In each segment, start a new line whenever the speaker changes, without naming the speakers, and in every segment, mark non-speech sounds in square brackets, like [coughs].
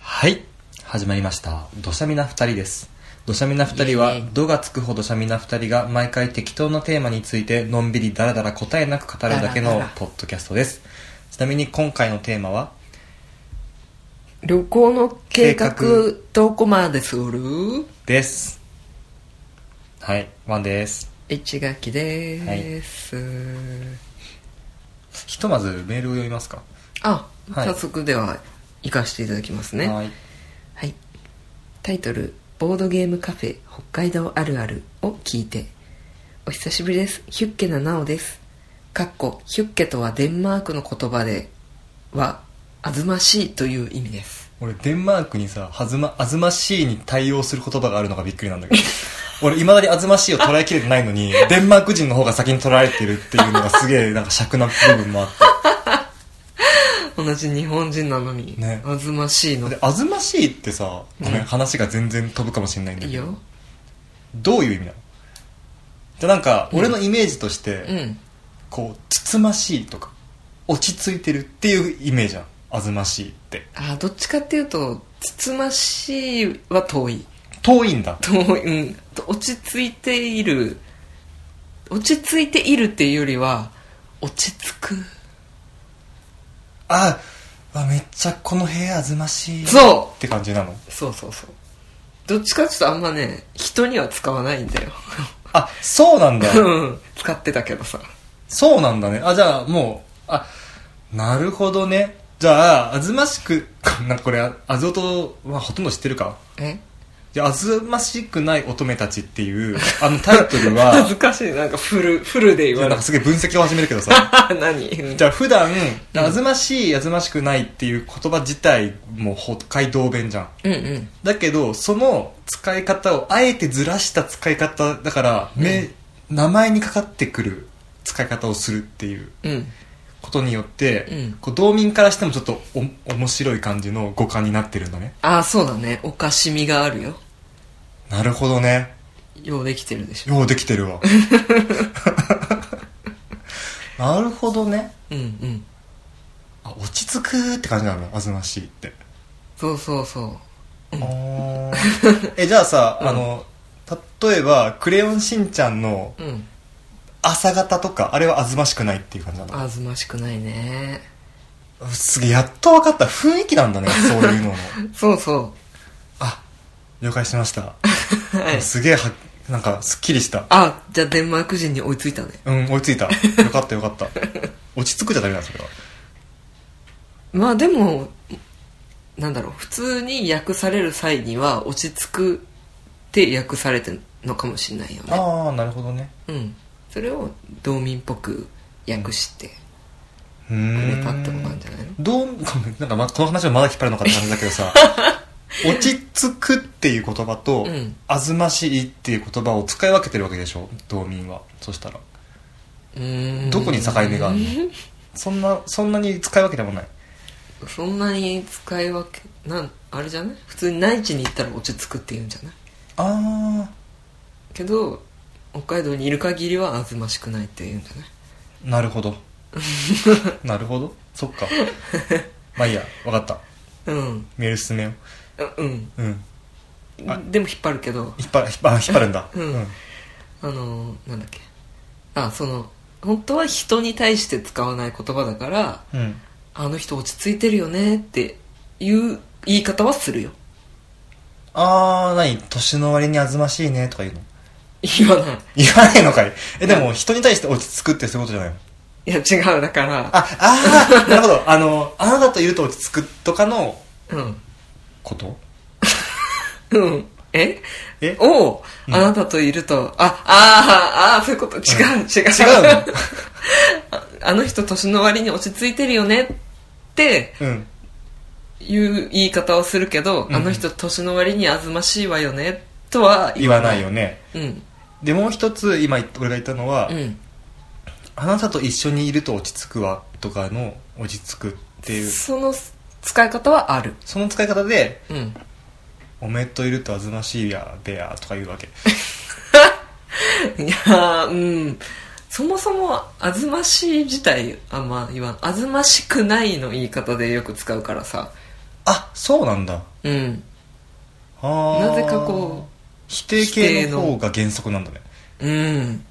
はい始まりました「土砂みな二人」です土砂みな二人は
イエーイ
「土」がつくほど土砂みな二人が毎回適当なテーマについてのんびりだらだら答えなく語るだけ
だ
の
らだら
ポッドキャストですちなみに今回のテーマは
旅行の計画
計画
どこまでする
「です」はいワンです
一学期です、
ひとまずメールを読みますか
あ、
はい
早速では行かせていただきますねは、
はいい
タイトル「ボードゲームカフェ北海道あるある」を聞いて「お久しぶりですヒュッケななおです」かっこヒュッケとはデンマークの言葉では「あずましい」という意味です
俺デンマークにさ「はずまあずましい」に対応する言葉があるのがびっくりなんだけど俺いまだに「あずましい」を捉えきれてないのにデンマーク人の方が先に捉えてるっていうのがすげえなんか尺な部分もあって
同じ日本人なのに「
ね
あずましいの」
で「あずましい」ってさごめん、
うん
話が全然飛ぶかもしれないんだ
いい
けど
よ
どういう意味なのじゃあなんか俺のイメージとして、
うん
こう「つつましい」とか「落ち着いてる」っていうイメージじゃん「あずましい」って
あどっちかっていうとつつましいは遠い
遠いんだ
遠い、うん、落ち着いている落ち着いているっていうよりは落ち着く
ああめっちゃこの部屋あずましい
そ
って感じなの
うそうそうそうどっちかっていうとあんまね人には使わないんだよ
あそうなんだ
[laughs] うん使ってたけどさ
そうなんだね。あ、じゃあもう、あ、なるほどね。じゃあ、あずましく、 [laughs] なんかこれ、ああずおとはほとんど知ってるか
え
じゃあ、あずましくない乙女たちっていう、 [laughs] あのタイトルは
恥、ずかしいなんかフルフルで
い
言
や
わ
なん
れ
か
て
すげえ分析を始めるけど
[laughs]
さ。
何うん
じゃあ普段、
ん
あずましい、あずましくないっていう言葉自体も北海道弁じゃん。
うんうん
だけど、その使い方をあえてずらした使い方だから、め名前にかかってくる使い方をするっていう。
うん
ことによって、
うん
こう道民からしてもちょっとお面白い感じの語感になってるんだね
ああそうだねおかしみがあるよ
なるほどね
ようできてるでしょ
ようできてるわ [laughs] なるほどね
うんうん
あ落ち着くって感じなのあずましいって、
そうそうそ
あ
う
ーえじゃあさ、
うん
あの例えば「クレヨンしんちゃん」の
うん
朝方とかあれはあずましくないっていう感じなの
あずましくないね
すげえやっと分かった雰囲気なんだねそういう
[laughs]
のの
そうそ
あ了解しました、
うはい
すげえはなんかすっきりした
あじゃあデンマーク人に追いついたね
うん追いついたよかったよかった
[laughs]
落ち着くじゃダメなんそれは
まあでもなんだろう普通に訳される際には落ち着くって訳されてるのかもしれないよね
ああなるほどね
うんそれを道民っぽく訳して
う
く
ー
れ
ん
たってことなんじゃないの
どうごめんなんか、ま、この話はまだ引っ張るのかって感じだけど
[laughs]
さ落ち着くっていう言葉と、
うん
あずましいっていう言葉を使い分けてるわけでしょ道民はそしたら
うーん
どこに境目があるのそんなそんなに使い分けてもない
そんなに使い分けなんあれじゃない普通に内地に行ったら落ち着くって言うんじゃない
あ
けど北海道にいる限りはあずましくないって言うんじゃない
あなるほ
[laughs]
どなるほどそっかまあいいや分かった
うん
メール進めよ
あうん
ううんあ
でも引っ張るけど
引っ張る引っ張る引っ張るんだ
うんあのなんだっけあその本当は人に対して使わない言葉だから
うん
あの人落ち着いてるよねっていう言い方はするよ
あー、なに、年の割にあずましいねとか言うの
言わない
言わないのかいえ、でも人に対して落ち着くってそういうことじゃないの
いや違うだから
あ、あー、なるほど。あの、あなたといると落ち着くとかの
うん
こと
うんえ
え
を、あなたといるとああーあーそういうこと違う、違う
違うの
[laughs] ああの人年の割に落ち着いてるよねって
うん。
いう言い方をするけど、
うん
あの人年の割にあずましいわよねとは
言わないよね。
うん
で、もう一つ、今言っ俺が言ったのは、
うん
あなたと一緒にいると落ち着くわとかの落ち着くっていう、
その使い方はある
その使い方で、 [laughs]
うん
おめえといるとあずましいや、べや、とか言うわけ。
いやーうんそもそも「あずましい」自体あんま言わん「あずましくない」の言い方でよく使うからさ
あそうなんだ
うん
あー
なぜかこ
否定形の方が原則なんだね
ううん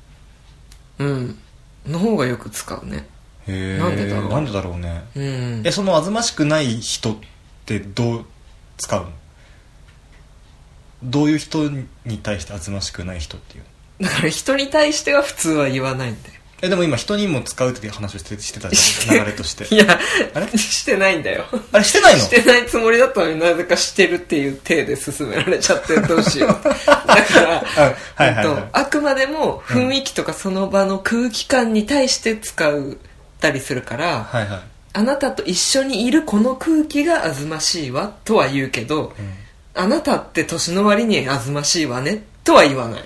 うんの方がよく使うね
へえ
なんでだろう
なんでだろうね
うん
えそのあずましくない人ってどう使うのどういう人に対してあずましくない人っていう
だから人に対しては普通は言わないんだよ
えでも今人にも使うって話をしてしてたじ
し
ゃ
て
ん流れとして
[laughs] いや
あれ
してないんだよ
あれしてないの
してないつもりだったのになぜかしてるっていう体で進められちゃってど
[laughs]
うしようだから
あはいはい
え
は
っ
い
と、あくまでも雰囲気とかその場の空気感に対して使うたりするから、
はいはい
あなたと一緒にいるこの空気があずましいわとは言うけど、あなたって年の割にあずましいわねとは言わない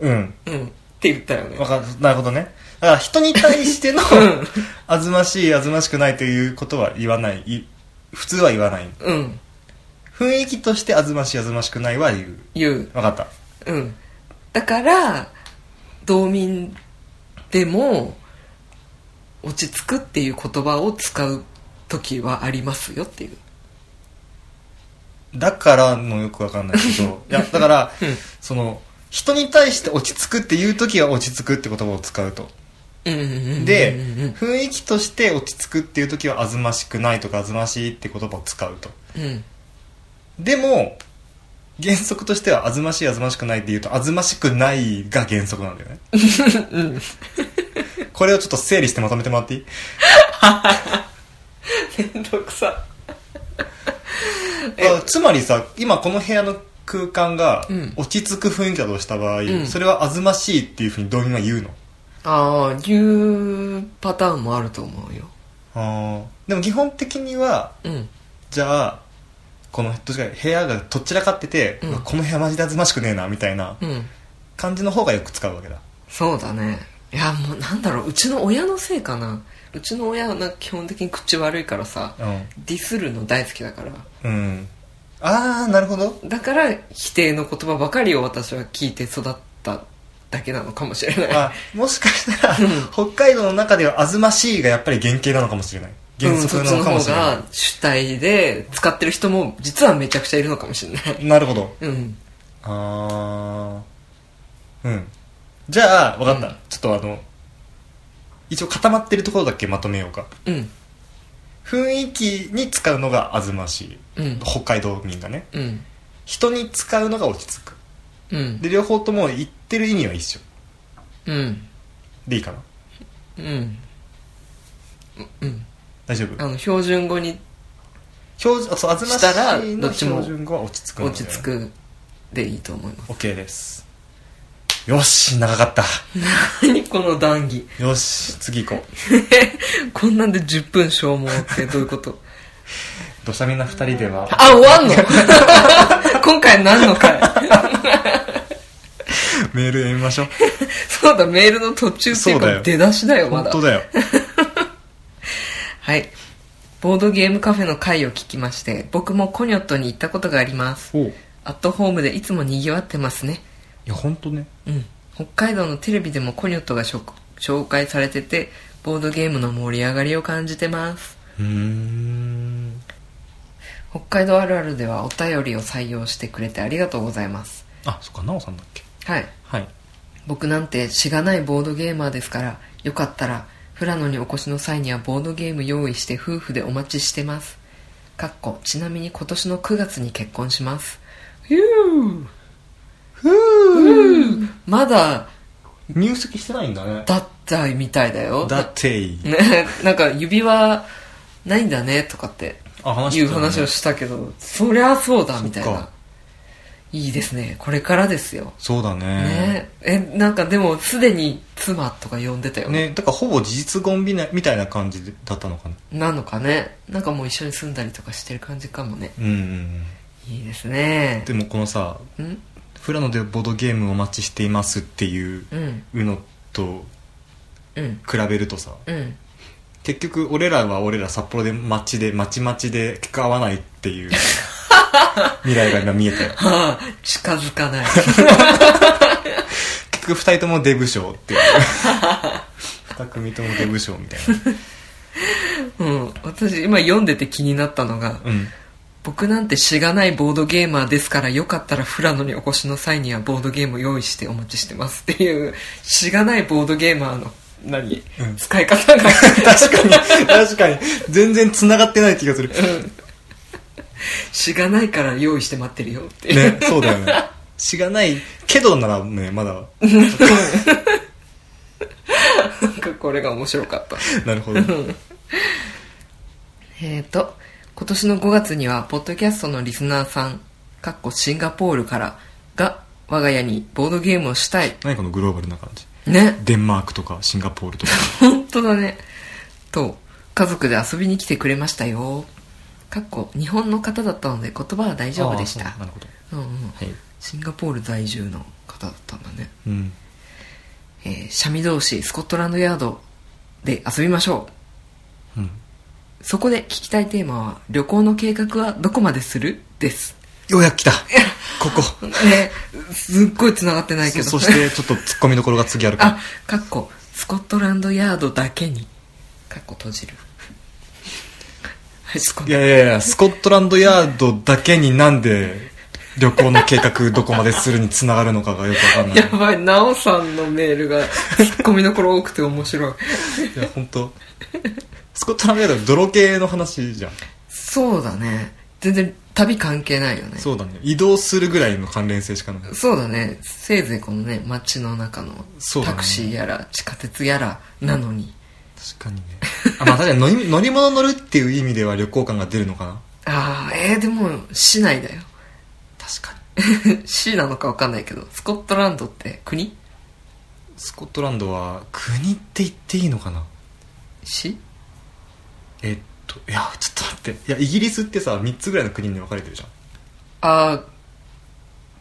うん
うんって言ったよね
わかなるほどねだから人に対しての [laughs] あずましいあずましくないということは言わないい普通は言わない
うん
雰囲気としてあずましいあずましくないは言う
言う
わかった
うんだから道民でも落ち着くっていう言葉を使う時はありますよっていう
だからもよくわかんないけど
[laughs]
いやだから、
うん
その人に対して落ち着くっていう時は落ち着くって言葉を使うと
うんうんうんうんうん
で、雰囲気として落ち着くっていう時はあずましくないとかあずましいって言葉を使うと
うん
でも原則としてはあずましいあずましくないって言うとあずましくないが原則なんだよ
[laughs]
ねこれをちょっと整理してまとめてもらっていい
めんどくさえ
あつまりさ今この部屋の空間が
うん
落ち着く雰囲気だとした場合、
ん
それはあずましいっていうふうに道民は言うの
ああ言うパターンもあると思うよ
あーでも基本的には
うん
じゃあこのどっちか部屋がとっちらかってて、
うん
うわこの部屋マジであずましくねえなみたいな
うん
感じの方がよく使うわけだ
そうだねいやもうなんだろううちの親のせいかなうちの親はなんか基本的に口悪いからさ
う
ディスるの大好きだから
ん、うん、ああなるほ
[laughs]
ど
だから否定の言葉ばかりを私は聞いて育っただけなのかもしれない
あもしかしたら北海道の中ではあずましいがやっぱり原型なのかもしれない原則なのかもしれ
うんそっち
な
の方が主体で使ってる人も実はめちゃくちゃいるのかもしれない
い、なるほど
うん
ああうんじゃあ分かった、
うん
ちょっとあの一応固まってるところだけまとめようか
うん
雰囲気に使うのがあずましい、
うん
北海道民がね
うん
人に使うのが落ち着く
うん
で両方とも言ってる意味は一緒
うん
でいいかな
うんうん
大丈
あ
夫
の標準語に
標準あそうあずまし
したら
い
ど
の
っちも
標準語は落ち着く
落ち着くでいいと思
[laughs]
います
OK ですよし長かった
何この談義
よし次行こう
こんなんで10分消耗ってどういうこと
[laughs] 土砂みな二人では
[laughs] あ終わんの今回何の回 [laughs]
メール読みましょう
そうだ、メールの途中っていう
そうだ
か
よ
出だしだよ、ま
本
だ
当。
[laughs]
だよ
はい。ボードゲームカフェの会を聞きまして、僕もコニョットに行ったことがあります。
おうい
アットホームでいつも賑わってますね。
や本当ね
うん。北海道のテレビでもコニョットが紹紹介されてて、ボードゲームの盛り上がりを感じてます。
うーん
北海道あるあるではお便りを採用してくれてありがとうございます。
あそっか奈緒さんだっけ
はい。
はい
僕なんてしがないボードゲーマーですからよかったら富良野にお越しの際にはボードゲーム用意して夫婦でお待ちしてますかっこちなみに今年の9月に結婚しますふぅふぅまだ
入籍してないんだね
だったみたいだよ
だっていい
ねなんか指輪ないんだねとかって
あ話
いう話を
し
したけどそりゃそうだみたい
そっ
な
か
いいですねこれからですよ
そうだね
ねえなんかでもすでに妻とか呼んでたよね
ねだからほぼ事実婚みなみたいな感じだったのかな
なのかねなんかもう一緒に住んだりとかしてる感じかもね
うんうんうん
いいですね
でもこのさ
うん
「富良野でボードゲームお待ちしています」っていう
うん
のと
うん
比べるとさ
うん [laughs]
結局俺らは俺ら札幌で街でまちまちで結果合わないって [laughs] いう未来が今見えたよ
はあ近づかない [laughs]
結局二人ともデブ賞っていう二組ともデブ賞みたいな
うん私今読んでて気になったのが
うん
僕なんてしがないボードゲーマーですからよかったら富良野にお越しの際にはボードゲームを用意してお持ちしてますっていうしがないボードゲーマーの何、
うん
使い方が
確かに、確かに。全然繋がってない気がする。
しがないから用意して待ってるよっていう、
ね、そうだよね。しがないけどならね、まだ。
なんかこれが面白かった
[laughs] なるほど。
えーと、今年の5月には、ポッドキャストのリスナーさん、かっこシンガポールから、が、我が家にボードゲームをしたい。
何このグローバルな感じ。
ね。
デンマークとかシンガポールとか。
本当だね。と、家族で遊びに来てくれましたよ。かっこ、日本の方だったので言葉は大丈夫でし
あー
た
そう。なるほど。
うんうん。
はい。
シンガポール在住の方だったんだね。
うん。
えー、シャミ同士、スコットランドヤードで遊びましょう。
うん。
そこで聞きたいテーマは、旅行の計画はどこまでするです。
ようやく来た。 [laughs] ここ。
ね、すっごい繋がってないけど。
そそして、ちょっと突っ込みどころが次あるから
[laughs] あ。、かっこ、スコットランドヤードだけに。かっこ閉じる。はい、スコ
いやいやいや、スコットランドヤードだけになんで、旅行の計画どこまでするに繋がるのかがよくわかんない。
やばい、ナオさんのメールが、ツッコミどころ多くて面白い。
いや、本当。スコットランドヤード泥系の話じゃん。
そうだね。全然旅関係ないよね。
そうだね。移動するぐらいの関連性しかない。
そうだね。せいぜいこのね、街の中の
そうだ
タ
ね
クシーやら地下鉄やらなのに。
確かにね。あ、まあ確かに乗り乗り物乗るっていう意味では旅行感が出るのかな。
あー、えー、でも、市内だよ。 [laughs]
確かに。
市なのかわかんないけど、スコットランドって国
スコットランドは国って言っていいのかな
市
えっと、いや、ちょっと待って。いや、イギリスってさ、3つぐらいの国に分かれてるじゃん。
あー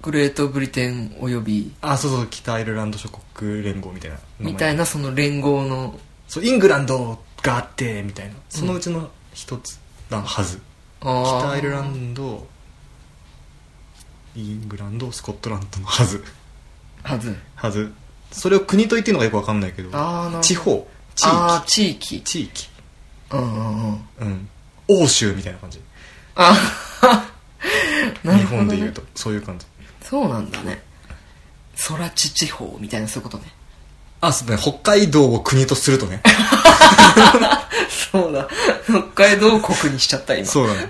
グレートブリテンおよび
あ、そうそう、北アイルランド諸国連合みたいな。
みたい
な。
なその連合の
そう、イングランドがあって、みたいな。そのうちの一つなはず。
あー
北アイルランドイングランドスコットランドのはず
はず
はずそれを国と言ってるのがよくわかんないけど
あーなるほど
地方地
あ
域
ー地域
地域
うんうんうん
うん欧州みたいな感じ
あーな
日
るほど、
本
ね、
で言うとそういう感じ
そうなんだね空地地方みたいなそういうことね
あそうだね北海道を国とすると
[laughs]
ね
そうだ北海道国にしちゃった今
そうだね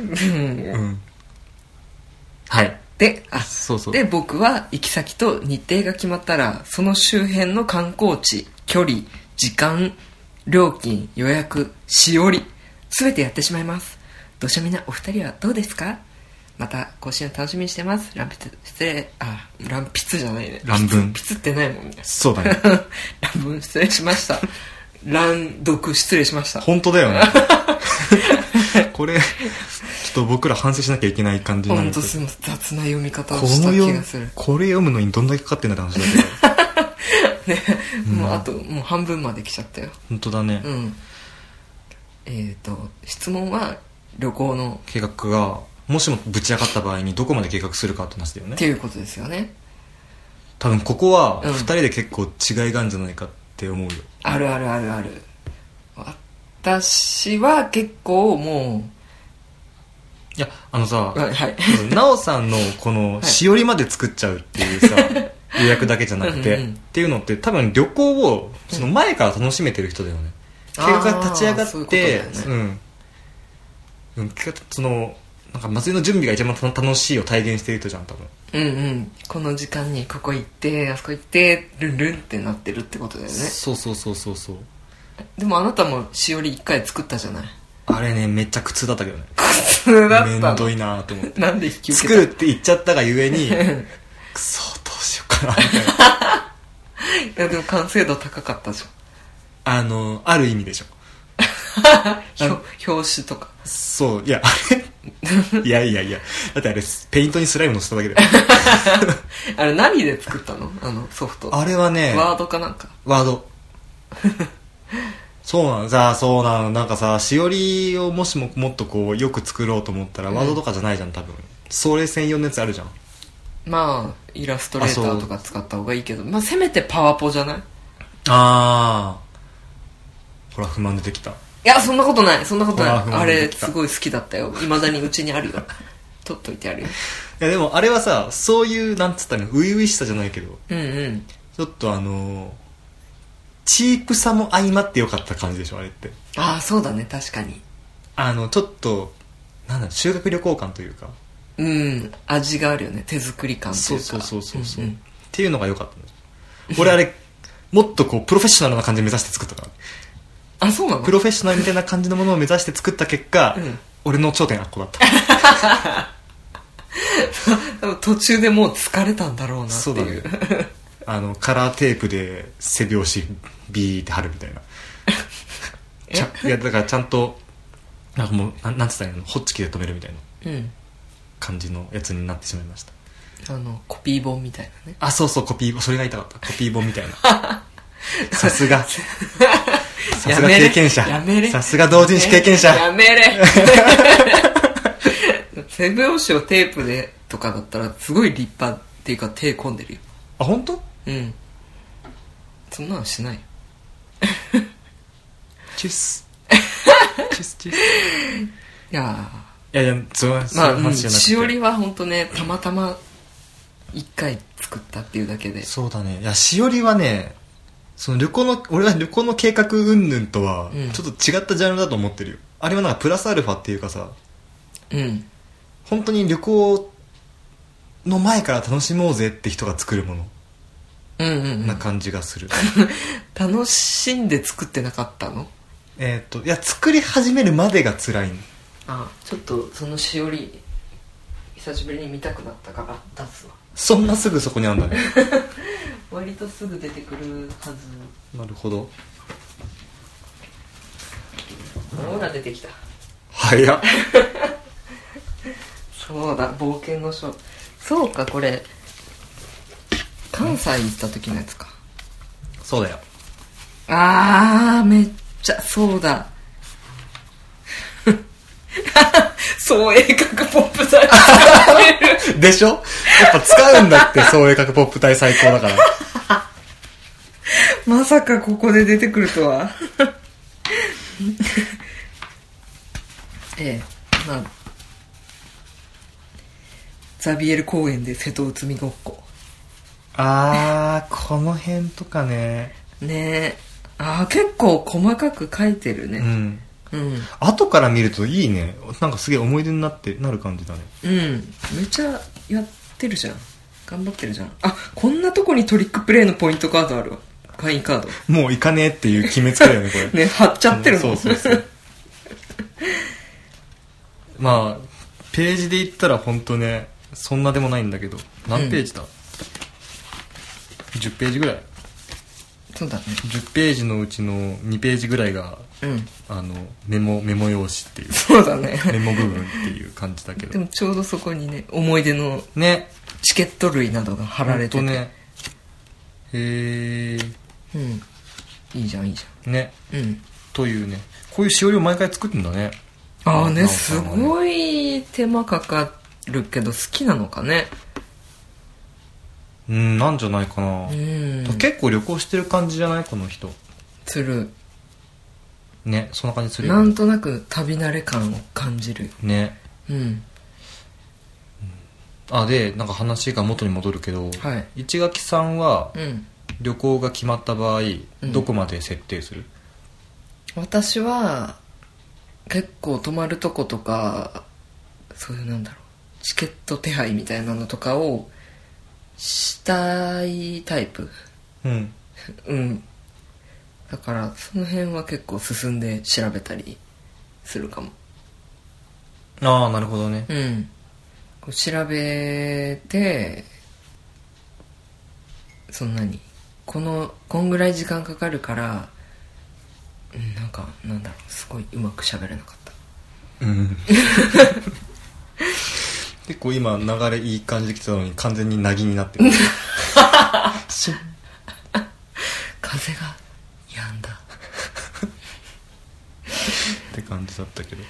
うん
うんはい
であ
そうそう
で僕は行き先と日程が決まったらその周辺の観光地距離時間料金予約しおり全てやってしまいますどしゃみなお二人はどうですかまた更新を楽しみにしてます乱筆失礼あ乱筆じゃないね
乱文
筆ってないもんね [laughs]
そうだね
乱文失礼しました乱読失礼しました
本当だよ
[laughs]
ねこれちょっと僕ら反省しなきゃいけない感じにな
本
るけ
当
ど
すいません雑な読み方を
こ
した
の
気
よ
がする、
これ読むのにどんだけかかってんだって話
[laughs]
だけど
ね、もうあともう半分まで来ちゃったよ
本当だね、
うん。えっ、と、質問は旅行の
計画がもしもぶち上がった場合にどこまで計画するかって話だよね
っていうことですよね。
多分ここは
うん
2人で結構違いがあるんじゃないかって思うよ、
あるあるあるある。私は結構も
いやあのさ
う、はい、はい。
奈緒さんのこの
い
しおりまで作っちゃうっていう
[laughs]
さ予約だけじゃなくて
うんうんうん
っていうのって多分旅行をその前から楽しめてる人だよね計
あー
画が立ち上が
そうい
っ
うことだ
て
よね
うんうん計画そのなんか祭りの準備が一番楽楽しいを体現してる人じゃん多分
うんうん。この時間にここ行って、あそこ行って、ルンルンってなってるってことだよね。
そうそうそうそうそう
でもあなたもしおり一回作ったじゃない。
あれねめっちゃ苦痛だったけどね
普通だ
め
っ
ん
た
ど
の。
いなと思って
[laughs] なんで引き受
作
け
るって言っちゃったがゆえに [laughs] くそどうしようかなみたいな
[laughs] たいやでも完成度高かったじ
あのある意味でしょ
ゃん。ひょ表紙とか。
そういや [laughs] あれいやいやいやだってあれペイントにスライムのせただけ
[laughs]
だよ
あれ何で作ったのあのソフト。
あれはね
ワードかなんか。
ワード [laughs] そうなのさあそうなのなんかさしおりをもしももっとこうよく作ろうと思ったら、ワードとかじゃないじゃん多分それ専用のやつあるじゃん
まあイラストレーターとか使った方がいいけどまあせめてパワポじゃない
ああほら不満出てきた
いやそんなことないそんなことない
あー
あ
不満
れ
出てきた
すごい好きだったよいまだにうちにあるよ [laughs] 取っといてあるよ
いやでもあれはさそういうなんつったらいいの初々しさじゃないけど
うんうん
ちょっとあのーチープさも相まってよかった感じでしょあれって
ああそうだね確かに
あのちょっとなんだろう修学旅行感というか
うん味があるよね手作り感というか
そうそうそうそうそう、
ん
っ
ん
ていうのが良かったんです俺あれもっとこうプロフェッショナルな感じを目指して作ったから
あそうなの
プロフェッショナルみたいな感じのものを目指して作った結果、
うん
俺の頂点はここだった
途中でもう疲れたんだろうなって
そうだ
い
ね
う
[laughs] あのカラーテープで背拍子ビーって貼るみたい [laughs] なちゃいやだからちゃんとなんかもうなんなんつったらいいのホッチキで止めるみたいな
うん
感じのやつになってしまいました
あのコピー本みたいなね
あそうそうコピーそれが痛かったコピー本みたいな [laughs] さす
[laughs]
がさすが
やめれ
経験者
やめれ
さすが同人誌経験者
やめ
[laughs]
れ背拍子をテープでとかだったらすごい立派っていうか手込んでるよ
あ本当
うんそんなのしないよ
チュッ
[laughs]
スチュッスチュッスい
いやー
やいやそうそう
まあ、
いう
うん
話じゃなくて
しおりは本当ねたまたま一回作ったっていうだけで
そうだね。いや、しおりはね、その旅行の、俺は旅行の計画云々とは
うん、
ちょっと違ったジャンルだと思ってるよ。あれはなんかプラスアルファっていうかさ、
うん
本当に旅行の前から楽しもうぜって人が作るもの
うんうんうん
な感じがする。
楽しんで作ってなかったの
えっと、いや、作り始めるまでが辛いの
あちょっとそのしおり久しぶりに見たくなったから出すわ
そんなすぐそこにあんだね。
割とすぐ出てくるはず
[laughs] なるほど。
ほら出てきた
早っ。
そうだ冒険の書そうかこれ関西行った時のやつか
そうだよ。
あーめっちゃそうだ [laughs] そう鋭角ポップされてる
でしょやっぱ使うんだって、そういう格ポップ隊最高だから。
[laughs] まさかここで出てくるとは [laughs] ええまあザビエル公園で瀬戸内海ごっこ
[laughs] あー、この辺とかね。
ねえああ結構細かく書いてる
う
ね
ん。
うん
後から見るといいねなんかすげえ思い出になってなる感じだね
うん、めっちゃやってるじゃん頑張ってるじゃんあこんなとこにトリックプレイのポイントカードあるわ会員カード
もう行かねえっていう決めつけだよねこ [laughs] れ
ね貼っちゃってるもん
そうそう
[laughs]
そうまあページで言ったら本当ねそんなでもないんだけど何ページだ、10ページぐらい
そうだね
10ページのうちの2ページぐらいが
うん
あのメモメモ用紙っていう
[laughs] そうだね
メモ部分っていう感じだけ
で
ど
もちょうどそこにね思い出の
ね
チケット類などが貼られて
ほ
て、
んとねへ
うんいいじゃんいいじ
えね
ゃんうん
というねこういうしおりを毎回作ってんだね
ああね
なおさ
す
んはね
ごい手間かかるけど好きなのかね
うんなんじゃないかな、
うん
結構旅行してる感じじゃないこの人
する
ねそんな感じする
な
よ
ん
ね
となく旅慣れ感を感じる
ね
うん
あでなんか話が元に戻るけど、
はい
一垣さんは
うん
旅行が決まった場合、
うん
どこまで設定する
私は結構泊まるとことかそういうなんだろうチケット手配みたいなのとかをしたいタイプ
うん
うんだからその辺は結構進んで調べたりするかも
ああなるほどね
うんこう調べてそんなにこのこんぐらい時間かかるからうんなんかなんだろうすごいうまく喋れなかった
うん [laughs] 結構今流れいい感じで来たのに完全になぎになってるし
風が止んだ
って感じだったけど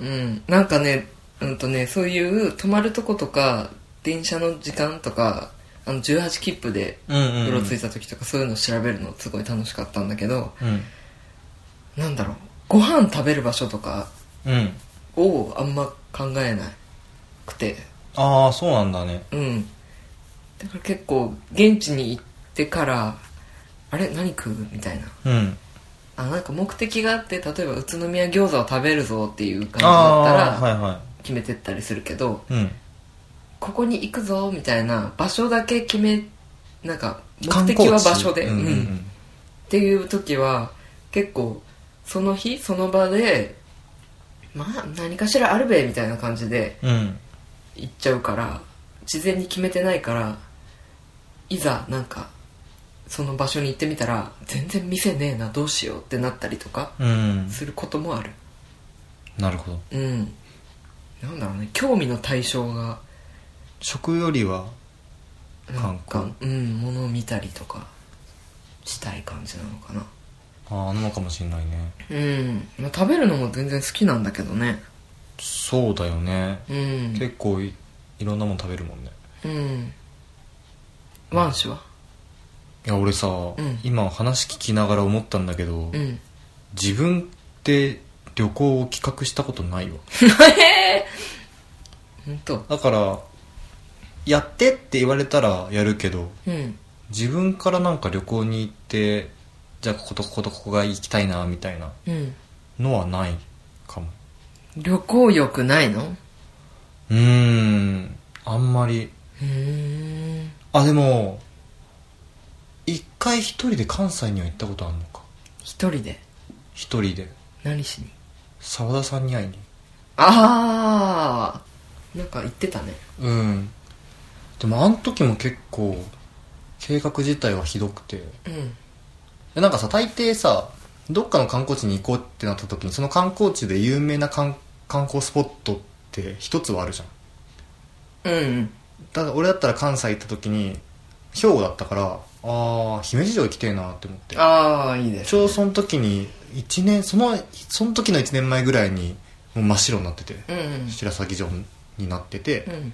うんなんかねうんとねそういう泊まるとことか電車の時間とかあの18切符で
うんうんうん
うろついた時とかそういうのを調べるのすごい楽しかったんだけど、
うん
なんだろうご飯食べる場所とか
うん
をあんま考えなくて
ああそうなんだね
うんだから結構現地に行ってからあれ何食うみたいな
うん
あなんか目的があって例えば宇都宮餃子を食べるぞっていう感じだった
ああー
ら
はいは
決めてったりするけど、
いうん
ここに行くぞみたいな場所だけ決めなんか目
観
的
光地
は場所で、
うんうんう
うん
ん
っていう時は結構その日その場でまあ何かしらあるべみたいな感じで
うん
行っちゃうから事前に決めてないからいざなんかその場所に行ってみたら全然店ねえなどうしようってなったりとか
うん
することもある
なるほど
うんなんだろうね興味の対象が
食よりは
なんか
観
うん物を見たりとかしたい感じなのかな
ああなのかもしんないね
うん、まあ、食べるのも全然好きなんだけどね
そうだよね
うん
結構いいろんなもん食べるもんね
うんワン氏はい
や俺さ、
ん
今話聞きながら思ったんだけど、
うん
自分って旅行を企画したことないわ
本当
だからやってって言われたらやるけど
うん
自分からなんか旅行に行ってじゃあこことこことここが行きたいなみたいな
うん
のはないかも
旅行欲ないの
うーんあんまり
うん
あでも一回一人で関西には行ったことあるのか
一人で
一人で
何しに
澤田さんに会いに
ああなんか言ってたね
うんでもあの時も結構計画自体はひどくて
うん
でなんかさ大抵さどっかの観光地に行こうってなった時にその観光地で有名な観観光スポットって一つはあるじゃん
うん
ただ俺だったら関西行った時に兵庫だったからああ姫路城行きてえなって思って
ああいいで
ちょうどその時に一年そのその時の1年前ぐらいにもう真っ白になってて、
うんうん
白鷺城になってて、
うん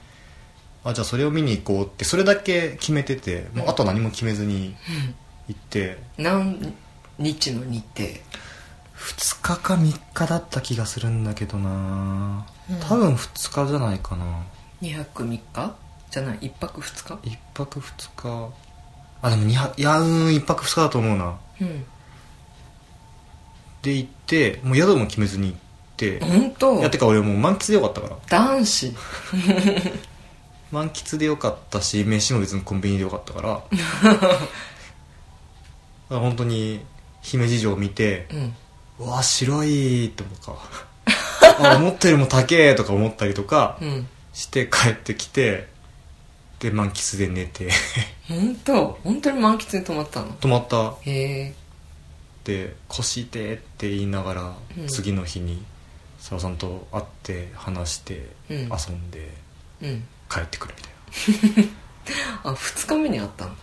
あじゃあそれを見に行こうってそれだけ決めてて、もうあと何も決めずに行って
何日の日程
2日か3日だった気がするんだけどな、
うん
多分2日じゃないかな
2泊3日じゃない1泊2日
1泊2日あでも2泊いやうーん1泊2日だと思うな
うん
で行ってもう宿も決めずに行って、
本当
いやてか俺もう満喫でよかったから
男子
満喫でよかったし飯も別にコンビニでよかった
[laughs]
からだから本当に姫路城見て
うん
うわ白いって思うか
[laughs]
あ思ったよりも高えとか思ったりとか
うん
して帰ってきてで満喫で寝て
本当本当に満喫に泊まったの
泊まったっ
へえ
て腰痛えって言いながら、
うん
次の日に澤さんと会って話して、
うん
遊んで
うん
帰ってくるみたいな
あ2日目にあったんだ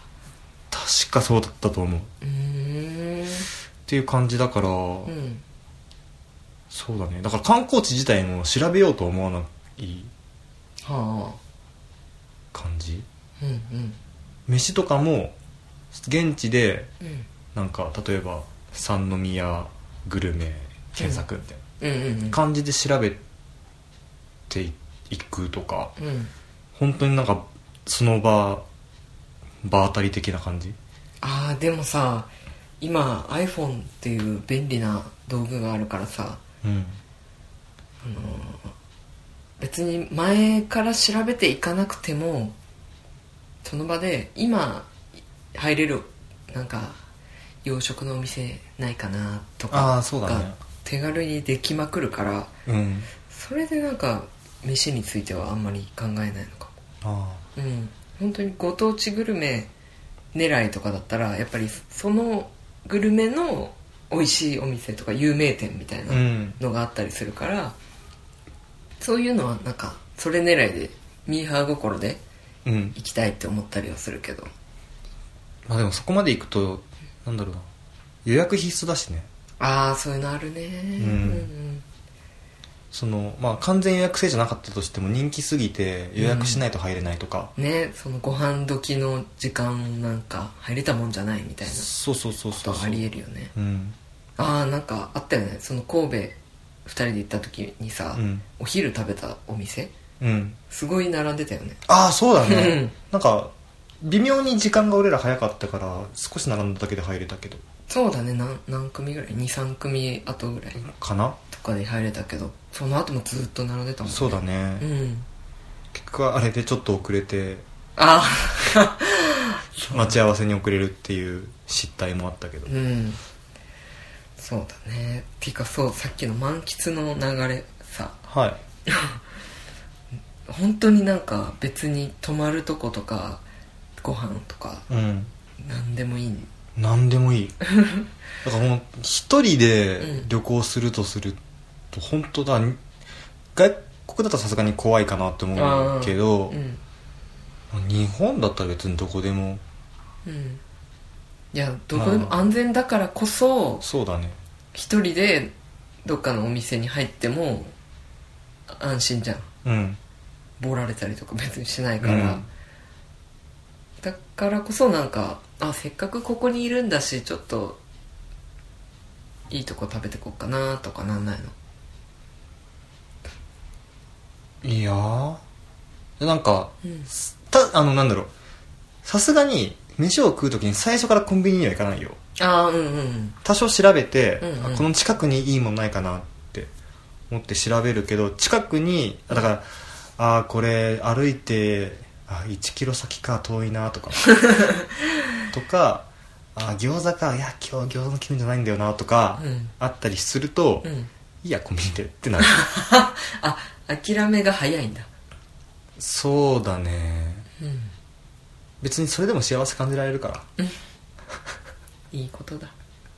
確かそうだったと思うっ
うーん
ていう感じだから、
うん
そうだねだから観光地自体も調べようと思わない
は
感じ
あうんうん
飯とかも現地で
うん
なんか例えば三宮グルメ検索みたい
うんうんうん
な感じで調べていいくとか
うん
本当になんかその場場当たり的な感じ
ああでもさ今 iPhone っていう便利な道具があるからさ
うん
別に前から調べていかなくてもその場で今入れるなんか洋食のお店ないかなとか
あーそうだね
が手軽にできまくるから
うん
それでなんか飯についてはあんまり考えないのか
あ
もうん本当にご当地グルメ狙いとかだったらやっぱりそのグルメの美味しいお店とか有名店みたい
あ
な、
うん
のがあったりするからそういうのはなんかそれ狙いでミーハー心で
うん
行きたいって思ったりはするけど
まあでもそこまで行くとなんだろうな予約必須だしね
ああそういうのあるね
んそのまあ完全予約制じゃなかったとしても人気すぎて予約しないと入れないとか、
うんねそのご飯時の時間なんか入れたもんじゃないみたいな
そうそうそうそ
こ
う
とありえるよね
うん
ああなんかあったよねその神戸2人で行った時にさ、
うん
お昼食べたお店
うん
すごい並んでたよね
ああそうだ
う
ね
ん
なんか微妙に時間が俺ら早かったから少し並んだだけで入れたけど
そうだねなん何組ぐらい23組後ぐらい
かな
とかで入れたけどその後もずっと並んでたもんね
そうだね、
うん
結局あれでちょっと遅れて
ああ
待ち合わせに遅れるっていう失態もあったけど、
[laughs] うんそうだねていうかそうさっきの満喫の流れさ
はい
本当になんか別に泊まるとことかご飯とか
うん
何でもいいん
何でも [laughs] いいだからもう一人で
うん
旅行するとすると本当だに外国だとさすがに怖いかなって思うけど
う、ん
日本だったら別にどこでも
うんいやどこでも
まあ
安全だからこそ
そうだね
一人でどっかのお店に入っても安心じゃん
うん
ボられたりとか別にしないから、
うん
だからこそなんかあせっかくここにいるんだしちょっといいとこ食べてこっかなとかなんないの
いやーなんか
うん
たあのなんだろうさすがに飯を食う時に最初からコンビニには行かないよ
ああうんうん
多少調べて、
うんうん
あこの近くにいいもんないかなって思って調べるけど近くにあだからああこれ歩いてあ1キロ先か遠いなと
[laughs]
かとかあ餃子かいや今日餃子の気分じゃないんだよなとか、
うん
あったりすると、
うん [laughs]
いやコンビニでってなる
あ諦めが早いんだ
そうだね
うん
別にそれでも幸せ感じられるから
いいことだ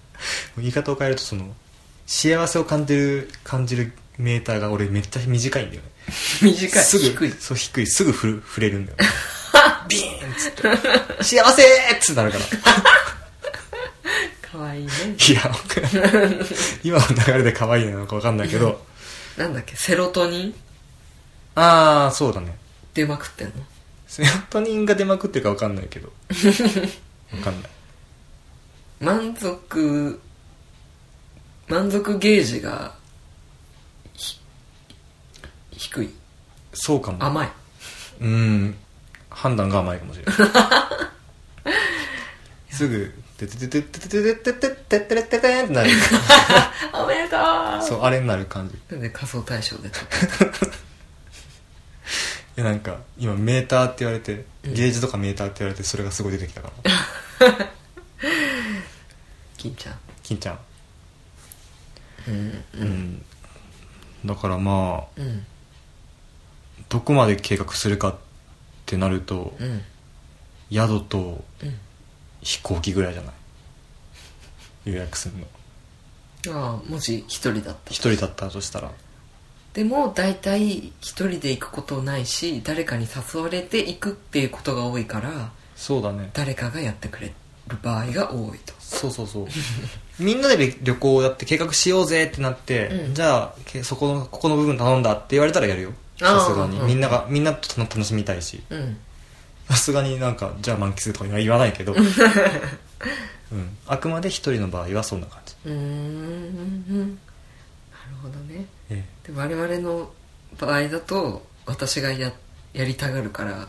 [laughs]
言い方を変えるとその幸せを感じる感じるメーターが俺めっちゃ短いんだよね
短い
すぐ
低い
そう低いすぐふる触れるんだよねビーンっつって幸せーっつってなるからい
かわいいね
や今の流れで可愛いなのか分かんないけど
なんだっけセロトニン
ああそうだね
出まくってんの
セロトニンが出まくってるか分かんないけど分かんない
満足満足ゲージがひ低い
そうかも
甘い
うん判断が甘いかもしれないすぐ「てててててててててててててて」ってなる
おめでとう
そうあれになる感じ
なんで仮想対象で撮っ
いやなんか今メーターって言われて、ゲージとかメーターって言われてそれがすごい出てきたから
金ちゃん
金ちゃん
うん
うんだからまあ
うん
どこまで計画するかってなると、
うん
宿と
うん
飛行機ぐらいじゃない予約するの
ああもし一人だったら
一人だったとしたら
でも大体一人で行くことないし誰かに誘われて行くっていうことが多いから
そうだね
誰かがやってくれる場合が多いと
そうそうそうみんなで旅行やって計画しようぜってなって、
うん
じゃあけそこのここの部分頼んだって言われたらやるよ
あー
さすがに、
うん
みんながみんなと楽しみたいし
うん
さすがになんかじゃあ満喫するとか言わない
[laughs]
けど、うん、あくまで一人の場合はそんな感じ、
うーんなるほどね
え
で我々の場合だと私がややりたがるから
え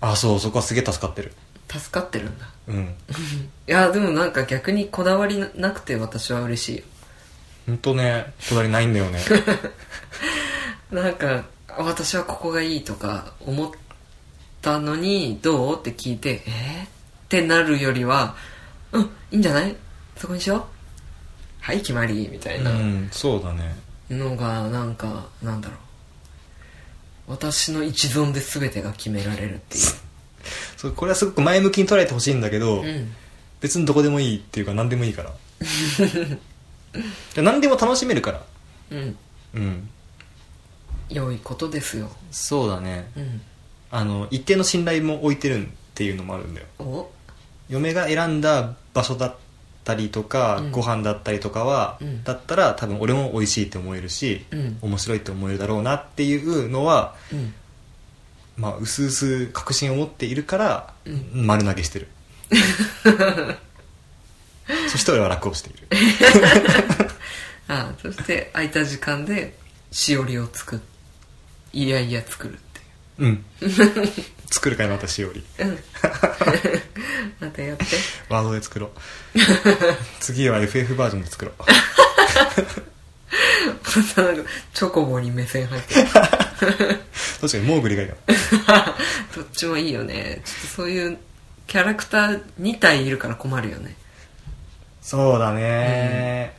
あそうそこはすげえ助かってる
助かってるんだ
うん
いやでもなんか逆にこだわりなくて私は嬉しいよ
本当ねこだわりないんだ
[laughs]
よね
なんかあ私はここがいいとか思ったのにどうって聞いてえー、ってなるよりはうんいいんじゃないそこにしようはい決まりみたいうなん
そうだね
のがなんかなんだろう私の一存で全てが決められるってい
そうこれはすごく前向きに捉えてほしいんだけど、
う、うん、
別にどこでもいいっていうか何でもいい
[laughs]
からで何でも楽しめるから
うん、
うん
良いことですよ、
そうだね
うん、
あの一定の信頼も置いてるっていうのもあるんだよ
お
嫁が選んだ場所だったりとか、
うん
ご飯だったりとかは、
うん
だったら多分俺も美味しいって思えるし、
うん
面白いって思えるだろうなっていうのは
うん
まあ薄々
[laughs]
確信を持っているから、
うん
丸投げしてるそして俺は楽をしている
ああそして空いた時間でしおりを作るいやいや作るっていう
うん作るかいまたしおり
またやって [laughs]
ワードで作ろう次は FF バージョンで作ろう
またなんかチョコボに目線入ってる [laughs]
確かにモーグリがいいよ
どっちもいいよねちょっとそういうキャラクター2体いるから困るよね
そうだね、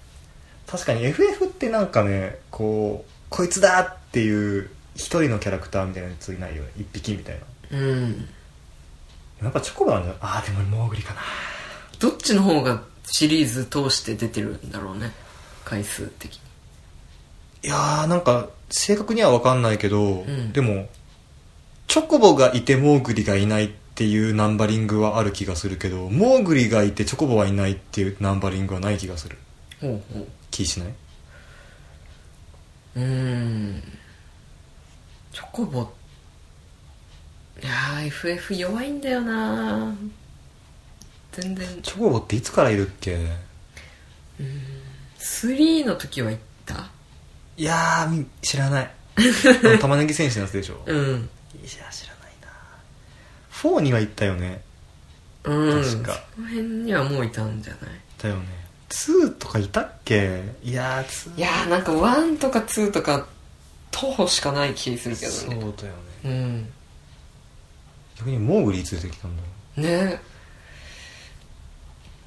確かに FF ってなんかねこうこいつだっていう一人のキャラクターみたいなやついないよね一匹みたいな
うん
やっぱチョコバなんじゃああでもモーグリかな
どっちの方がシリーズ通して出てるんだろうね回数的に
いやーなんか正確には分かんないけど、
ん
でもチョコボがいてモーグリがいないっていうナンバリングはある気がするけどモーグリがいてチョコボはいないっていうナンバリングはない気がする
ほうほ
気しないう
うーんチョコボいやー FF 弱いんだよな全然
チョコボっていつからいるっけ
3の時は行った
いやーみ知ら [laughs] ないあの玉ねぎ戦士のやつでしょ、い
うん
や知らないな4には行ったよね
うん
確か
その辺にはもういたんじゃない
だよね2とかいたっけいやー2
いやーなんか1とか2とか徒歩しかない気するけ
そうだ
どね
よね
うん
逆にモーグリいつ出てきたんだろう
ね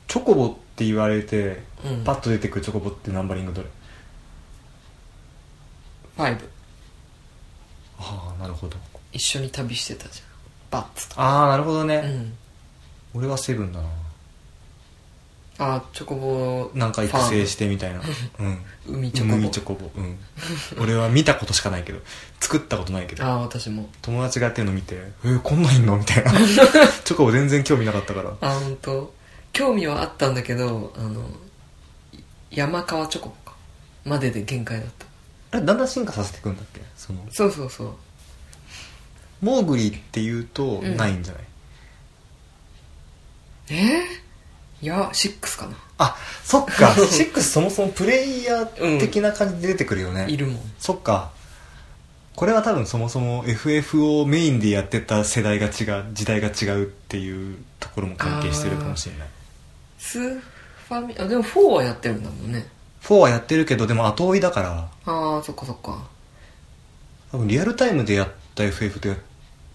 チョコボって言われて、
うん
パッと出てくるチョコボってナンバリングどれ
5
ああなるほど
一緒に旅してたじゃんバッツと
ああなるほど
う
ね、
ん
俺はセブンだな
あーチョコボ
なんか育成してみたいなうん
海チョコボ
麦チョコボうん俺は見たことしかないけど作ったことないけど
ああ私も
友達がやってるの見て「えー、こんなんいんの?」みたい [laughs] なチョコボ全然興味なかったから
あ本当。興味はあったんだけどあのい山川チョコボかまでで限界だった
あれだんだん進化させていくんだっけその
そうそうそう
モーグリっていうとないんじゃない、
えー、いや6かな
あそっか6そもそもプレイヤー的な感じで出てくるよね、
いるもん
そっかこれは多分そもそも FF をメインでやってた世代が違う時代が違うっていうところも関係してるかもしれない
スーファミあでも4はやってるんだもんね
4はやってるけどでも後追いだから
ああそっかそっか
多分リアルタイムでやった FF とやっ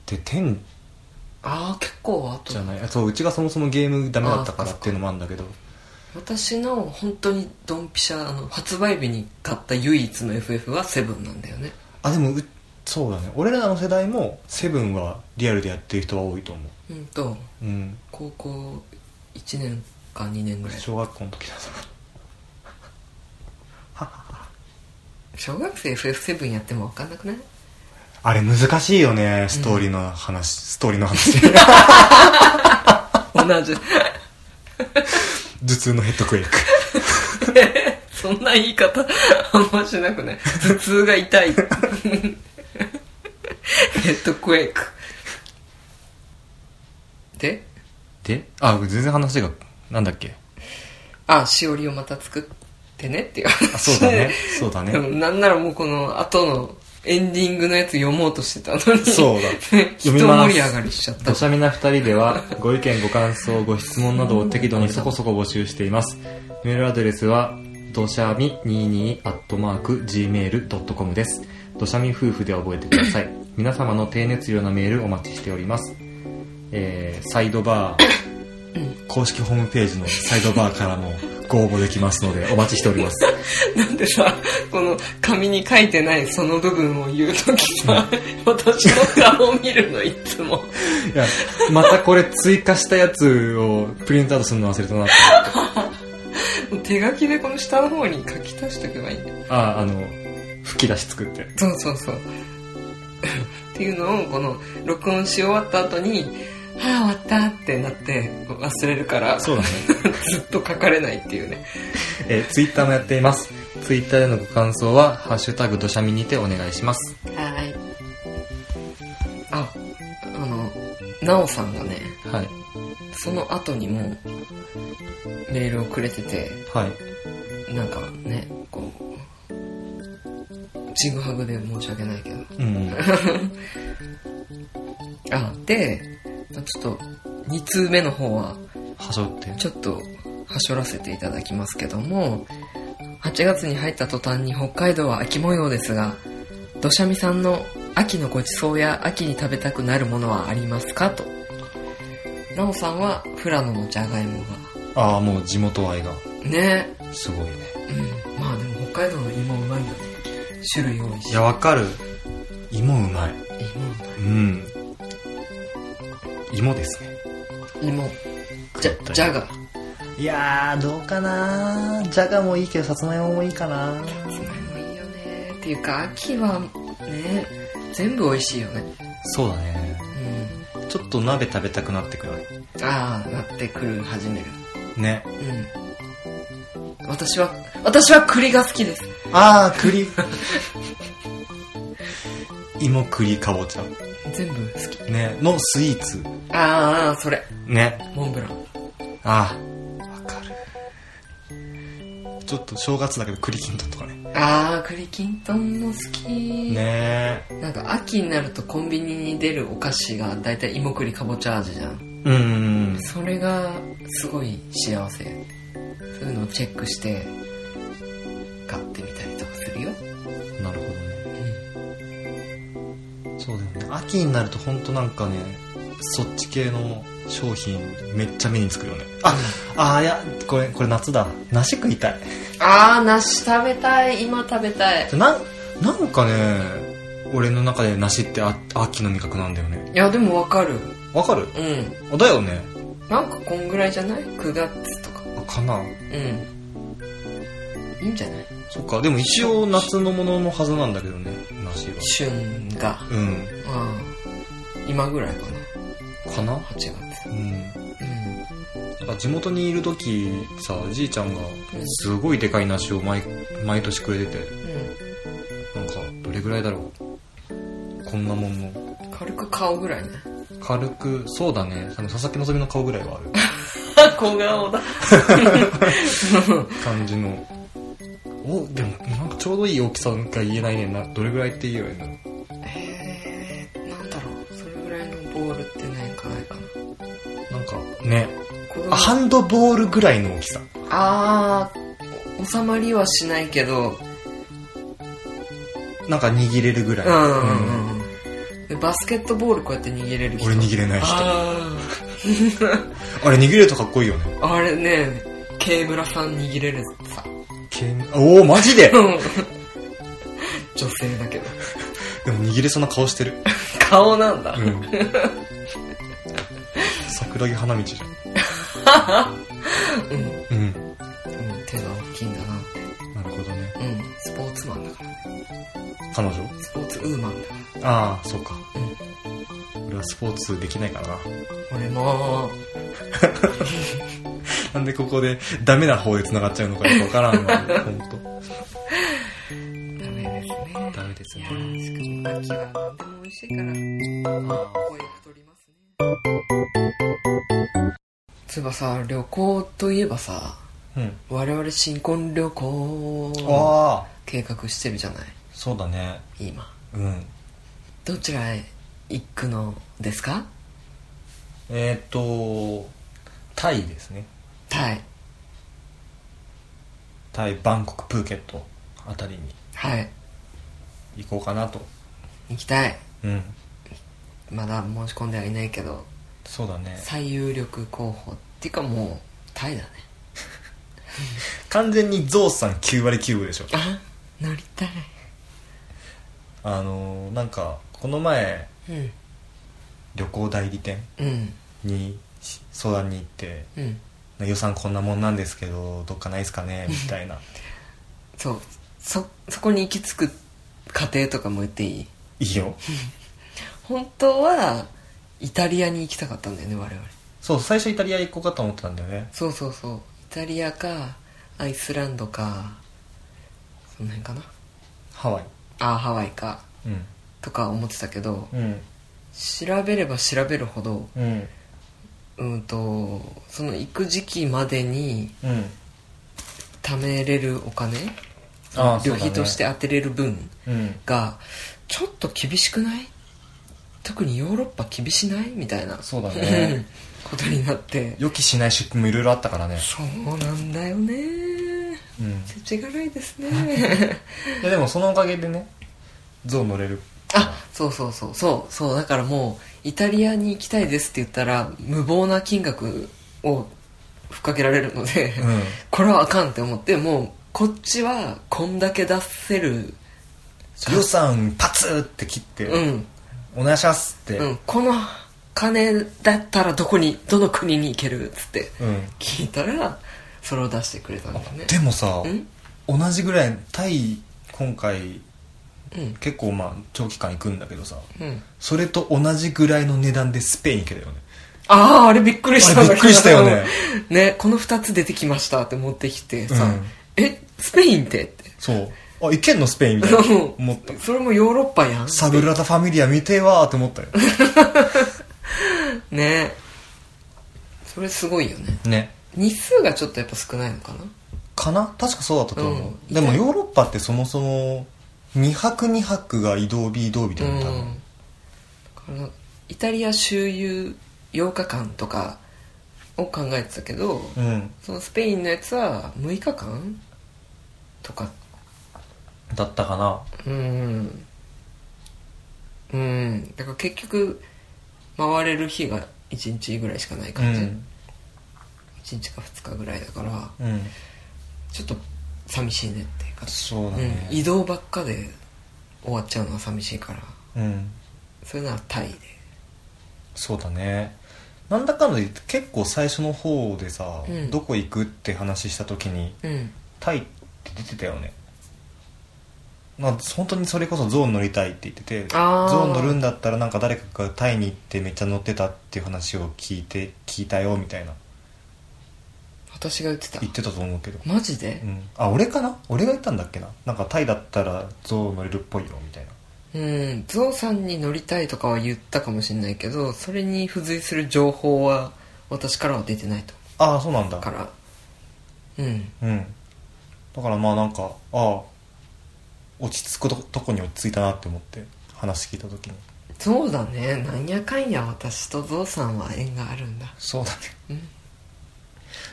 て10
ああ結構後
じゃないあそううちがそもそもゲームダメだったからっていうのもあるんだけど
私の本当にドンピシャあの発売日に買った唯一の FF は7なんだよね
あでもうそうだね俺らの世代も7はリアルでやってる人は多いと思
うんと
ううん
高校1年か2年ぐらい
小学校の時だな
小学生 FF7 やっても分かんなくない
あれ難しいよねストーリーの話、ストーリーの話 [laughs]
同じ
頭痛のヘッドクエイク
そんな言い方あんましなくない頭痛が痛いヘッドクエイクで
であ全然話がなんだっけ
あしおりをまた作ってねっていう話
あそうだね [laughs] そうだ
[laughs] で
ね
もなんならもうこの後のエンディングのやつ読もうとしてたのに [laughs]
[laughs] そうだ
一
読みま
盛
す
り上がりしちゃった
土砂みな二人ではご意見ご感想ご質問などを適度にそこそこ募集していますメールアドレスは土砂み22アットマーク gmail.com です土砂み夫婦で覚えてください [coughs] 皆様の低熱量なメールお待ちしておりますえー、サイドバー [coughs] 公式ホームページのサイドバーからもご応募できますのでお待ちしております
なんでさこの紙に書いてないその部分を言うときさ私の顔を見るのいつも
いや、またこれ追加したやつをプリントアウトするの忘れたなって。
手書きでこの下の方に書き足しとけばいいんだよ
あ、あの、吹き出し作って。
そうそうそうっていうのをこの録音し終わった後に「ああ終わった」ってなって忘れるからず
そうだね。
っと書かれないっていうね
えツイッター Twitter もやっています。ツイッターでのご感想は、ハッシュタグどしゃみにてお願いします。
はい。あ、あの、なおさんがね、
はい。
その後にも、メールをくれてて
はい
なんかねこうちぐはぐで申し訳ないけど [laughs]
うん
あでまあちょっと2通目の方は
はしょって
ちょっとはしょらせていただきますけども8月に入った途端に北海道は秋模様ですがどしゃみさんの秋のごちそうや秋に食べたくなるものはありますかとなおさんは富良野のじゃがいも
ああもう地元愛が
がね
すごいね
うんまあでも北海道の芋うまいよね種類多いし
いやわかる芋うまいうん芋ですね
芋芋じゃじゃが
いやーどうかなじゃがもいいけどさつまいももいいかな
それもいいよねっていうか秋はね全部美味しいよね
そうだね
う
ちょっと鍋食べたくなってくる
んああなってくる始める
ね
うん私は私は栗が好きです
ああ [laughs] 栗芋栗かぼちゃ
全部好き
ねのスイーツ
ああそれ
ね
モンブラン
ああわかるちょっと正月だけど栗きんとんとかね
ああ栗きんとんも好き
ねえ
なんか秋になるとコンビニに出るお菓子がだいたい芋栗かぼちゃ味じゃん
うんうん
それがすごい幸せそういうのをチェックして買ってみたりとかするよ
うんなるほどねそうだよね秋になるとほんとなんかねそっち系の商品めっちゃ目につくよねああーいやこれこれ夏だ梨食いたい
ああ梨食べたい今食べたい
なんなんかね俺の中で梨ってあ秋の味覚なんだよね
いやでもわかる
わかる
うん
あだよね
なんかこんぐらいじゃない ?9 月とか。
あかな
うん。いいんじゃない
そっかでも一応夏のもののはずなんだけどね梨は
旬が。
うん
うん。今ぐらいかな。
かな
8月。
うん
うん。
なんか地元にいる時さじいちゃんがすごいでかい梨を毎毎年くれててなんかどれぐらいだろうこんなもんの
うん。軽く顔ぐらいね。
軽くそうだね多分佐々木希の顔ぐらいはあ
[laughs] 小顔だ。 [laughs]
る感じのおでもなんかちょうどいい大きさが言えないねんなどれぐらいって言えばいいの
えー、なんだろう。それぐらいのボールってないかないかな。
なんかね
子供
あハンドボールぐらいの大きさ
あー、お収まりはしないけど、
なんか握れるぐらい、
うんうん
うん
うんうん。でバスケットボールこうやって握れる人。
俺握れない人あ
あ
れ握れるとかっこいいよね
ー、あれね、ケイムラさん握れるさ。
けんおおマジで
うん女性だけど。
でも握れそうな顔してる
顔なんだ。
桜木花道じ
う
ゃん。う
ん。うん、
ん。
手が大きいんだな。
なるほどね。
うん。スポーツマンだから。
彼女
スポーツウーマンだか
ああ、そうか。俺はスポーツできないからな。
ら。俺も、
なんでここでダメな方で繋がっちゃうのかよくわからんわ。ほんと。
ダメですね。
ダメです
い
ね
や。ーしかも秋は何でも美味しいから、声太りますね。つうばさ、旅行といえばさ、
うん。
我々新婚旅行を
ああ、
計画してるじゃない
そうだね。
今。
うん。
どちらへ行くのですか
えっ、と、タイですね。
タイ。
タイ、バンコク、プーケットあたりに
はい。
行こうかなと。
行きたい。
うん。
まだ申し込んではいないけど
そうだね。
最有力候補っていうかもうタイだね
完全にゾウさん9割9分でしょ。
あ乗りたい
あのーなんか、この前、
うん
旅行代理店
うん
にし相談に行って
うん
「予算こんなもんなんですけどどっかないですかね」みたい
[laughs]
な
そうそそこに行き着く過程とかも言っていい
「いいよ
本当はイタリアに行きたかったんだよね我々」
そう最初イタリア行こうかと思ってたんだよね
そうそうそうイタリアかアイスランドかその辺かな
ハワイ
あハワイか
うん
とか思ってたけど
うん
調べれば調べるほど
うん
うんとその行く時期までに
うん
貯めれるお金
あ
旅費として当てれる分
うん
がちょっと厳しくない特にヨーロッパ厳しないみたいな
そうだね
[laughs] ことになって
予期しない出費もいろいろあったからね
そうなんだよね
うん
世知辛いです
[laughs]
ね
いやでもそのおかげでね象乗れる
あそうそうそうそうそうだからもうイタリアに行きたいですって言ったら無謀な金額をふっかけられるので、
うん
これはあかんって思ってもうこっちはこんだけ出せる
予算パツーって切って、
うん、
お願いしますって、
うん、この金だったらどこにどの国に行けるっつって
うん
聞いたらそれを出してくれたんだよね
でもさ
うん
同じぐらいタイ今回
うん
結構まあ長期間行くんだけどさ
うん
それと同じぐらいの値段でスペイン行けたよね
あああれびっくりしたんだけど
あれびっくりしたよね
[laughs] ねこの2つ出てきましたって持ってきてさ「
うん
えスペインって?」って [laughs]
そうあ行けんのスペインみたいな
うん
思った
それもヨーロッパやん
サブラダ・ファミリア見てえわーって思ったよ
ねそれすごいよね
ね
日数がちょっとやっぱ少ないのかな
かな確かそうだったと思う、
うん
でもヨーロッパってそもそも2泊2泊が移動日移動日だよね多分、
うんだからイタリア周遊8日間とかを考えてたけど、
うん、
そのスペインのやつは6日間とか
だったかな
うんうんだから結局回れる日が1日ぐらいしかない感じ、
うん
1日か2日ぐらいだから
うん
ちょっと寂しいねっていうか、
そうだ
うん
ね、
移動ばっかで終わっちゃうのは寂しいから
うん、
それならタイで
そうだねなんだかんだ言って結構最初の方でさ、
うん
どこ行くって話した時に
うん
タイって出てたよねまあ本当にそれこそゾーン乗りたいって言っててゾ
あー
ーン乗るんだったらなんか誰かがタイに行ってめっちゃ乗ってたっていう話を聞いて聞いたよみたいな
私が言ってた
言ってたと思うけど、
マジで
うん、あ俺かな俺が言ったんだっけななんかタイだったらゾーン乗れるっぽいよみたいな
うんゾウさんに乗りたいとかは言ったかもしれないけどそれに付随する情報は私からは出てないと
ああそうなんだ
だからうん
うんだからまあなんかああ落ち着くととこに落ち着いたなって思って話聞いた時に
そうだねなんやかんや私とゾウさんは縁があるんだ
そうだね
うん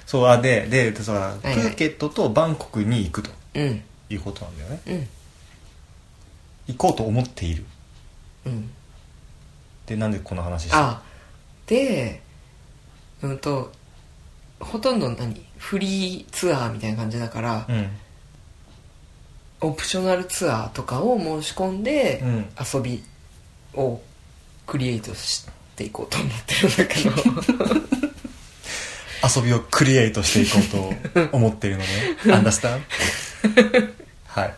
そうあででだからプ
いはい
ーケットとバンコクに行くと
うん
いうことなんだよね
うん
行こうと思っている
うん
でなんでこの話した
あでうんとほとんど何フリーツアーみたいな感じだから、
うん
オプショナルツアーとかを申し込んで、
うん
遊びをクリエイトしていこうと思ってるんだけど [laughs]
遊びをクリエイトしていこうと思っている
[laughs]
のねアンダースタンはい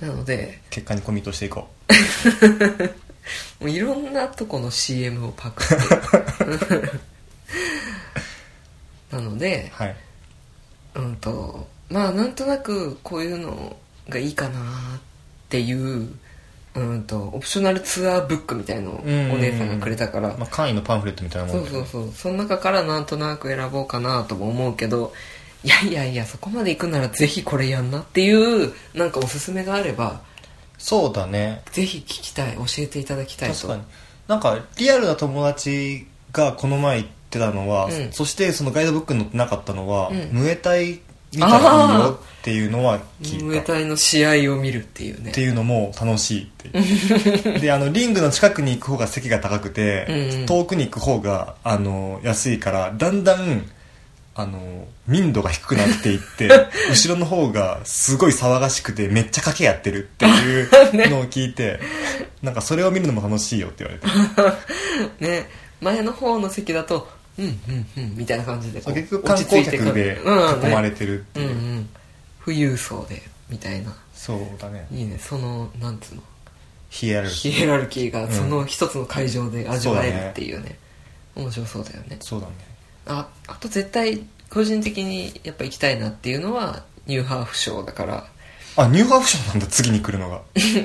なので
結果にコミットしていこ
もういろんなとこの CM をパクって [laughs] なので
うはい
うんとまあなんとなくこういうのがいいかなっていううんとオプショナルツアーブックみたいのをお姉さんがくれたから、
まあ簡易のパンフレットみたいなも
そ
ん
う
だけ
そ
ど
うそうその中からなんとなく選ぼうかなとも思うけどいやいやいやそこまで行くならぜひこれやんなっていうなんかおすすめがあれば
そうだね
ぜひ聞きたい教えていただきたいと
確かになんかリアルな友達がこの前言ってたのは、
うん
そしてそのガイドブックに載ってなかったのは、
うん
ムエタイ見たらいいよっていうのは聞いた
ムエタイの試合を見るっていうね
っていうのも楽しいって
[laughs]
いうであのリングの近くに行く方が席が高くて、
うんうん
遠くに行く方があの安いからだんだんあの民度が低くなっていって
[laughs]
後ろの方がすごい騒がしくてめっちゃ賭けやってるっていうのを聞い
[laughs]
て、なんかそれを見るのも楽しいよって言われて
[laughs] ね前の方の席だとうんうんうんみたいな感じでこう
結局観光客で囲まれ
て
てるって
うん
いう、
ねうんうん富裕層でみたいな
そうだね
いいねそのなんつうの
ヒエラルキ
ヒ
ー
エラルキーがその一つの会場で味わえるっていうね,、面白そうだよね
そうだね
ああと絶対個人的にやっぱ行きたいなっていうのはニューハーフ賞だから [laughs]
あニューハーフ賞なんだ次に来るのが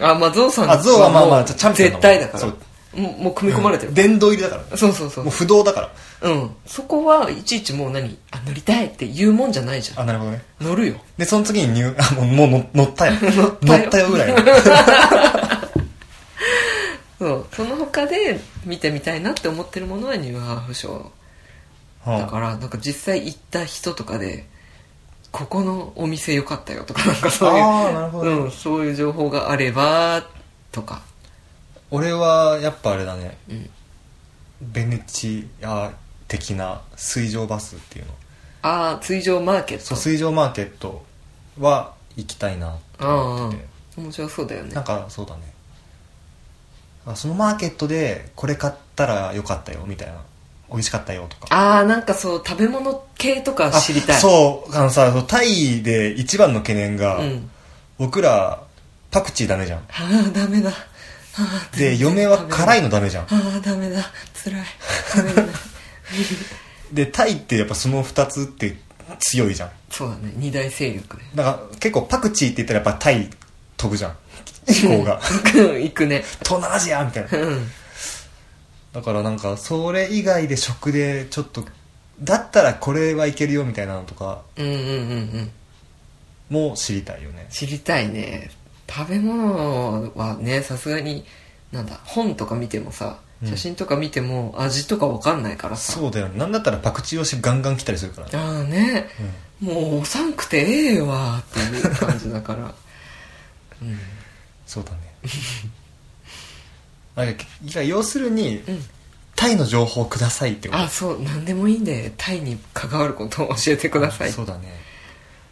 あまあゾウさん
あゾウはまあまあ
もう
チャンピオンだもん
絶対だから
そう
うもうもう組み込まれてる、
殿堂入りだから
そうそうそう
もう不動だから
うんそこはいちいちもう何あ乗りたいって言うもんじゃないじゃ
あなるほどね
ん乗るよ
でその次に入 [laughs] あもうもう乗乗ったよ
[laughs] 乗ったよ
乗ったよぐら
[laughs]
いの
そうその他で見てみたいなって思ってるものはニューハーフショーだ
は
からなんか実際行った人とかでここのお店良かったよとかなんか
あ
そういう
あーなるほどね、
うん、そういう情報があればとか
俺はやっぱあれだね、
うん
ベネチア的な水上バスっていうの
ああ追上マーケッ
そう
ト
水上マーケットは行きたいなと思ってて
面白そうだよね
なんかそうだねあそのマーケットでこれ買ったらよかったよみたいな美味しかったよとか
ああなんかそう食べ物系とか
あ
知りたい
そうあのさそうタイで一番の懸念が、
ん、
僕らパクチーダメじゃん
ああダメだああ
で嫁は辛いのダメじゃん
ああダメだ辛い食べれない
でタイってやっぱその2つって強いじゃん
[laughs] そうだね二大勢力ね
だから結構パクチーって言ったらやっぱタイ飛ぶじゃん思考
[laughs]
が
行くね
東南アジアみたいな
うん
だからなんかそれ以外で食でちょっとだったらこれはいけるよみたいなのとか
うんうんうんうん
も知りたいよね
知りたいね食べ物はねさすがになんだ本とか見てもさ
うん
写真とか見ても味とかわかんないからさ、
そうだよねなんだったらパクチーをしガンガン来たりするからね
ああね、もうおさんくてええわっていう感じだから
[laughs]
うん
そうだねあれいや要するに
うん
タイの情報をくださいってこと
あそう何でもいいんでタイに関わることを教えてください
そうだね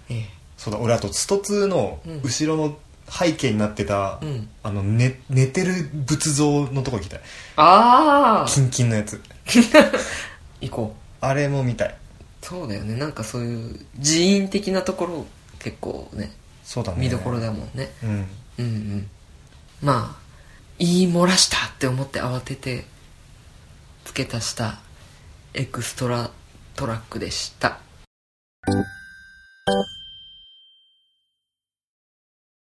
え
そうだ俺あとスト2の
うん
後ろの背景になってた、
えうん
あの、ね、寝てる仏像のとこ行きたい
ああ
キンキンのやつ
行こ
あれも見たいう
そうだよねなんかそういう寺院的なところ結構ね
そうだね
見どころだもんね
うん
うんうんまあ言い漏らしたって思って慌てて付け足したエクストラトラックでした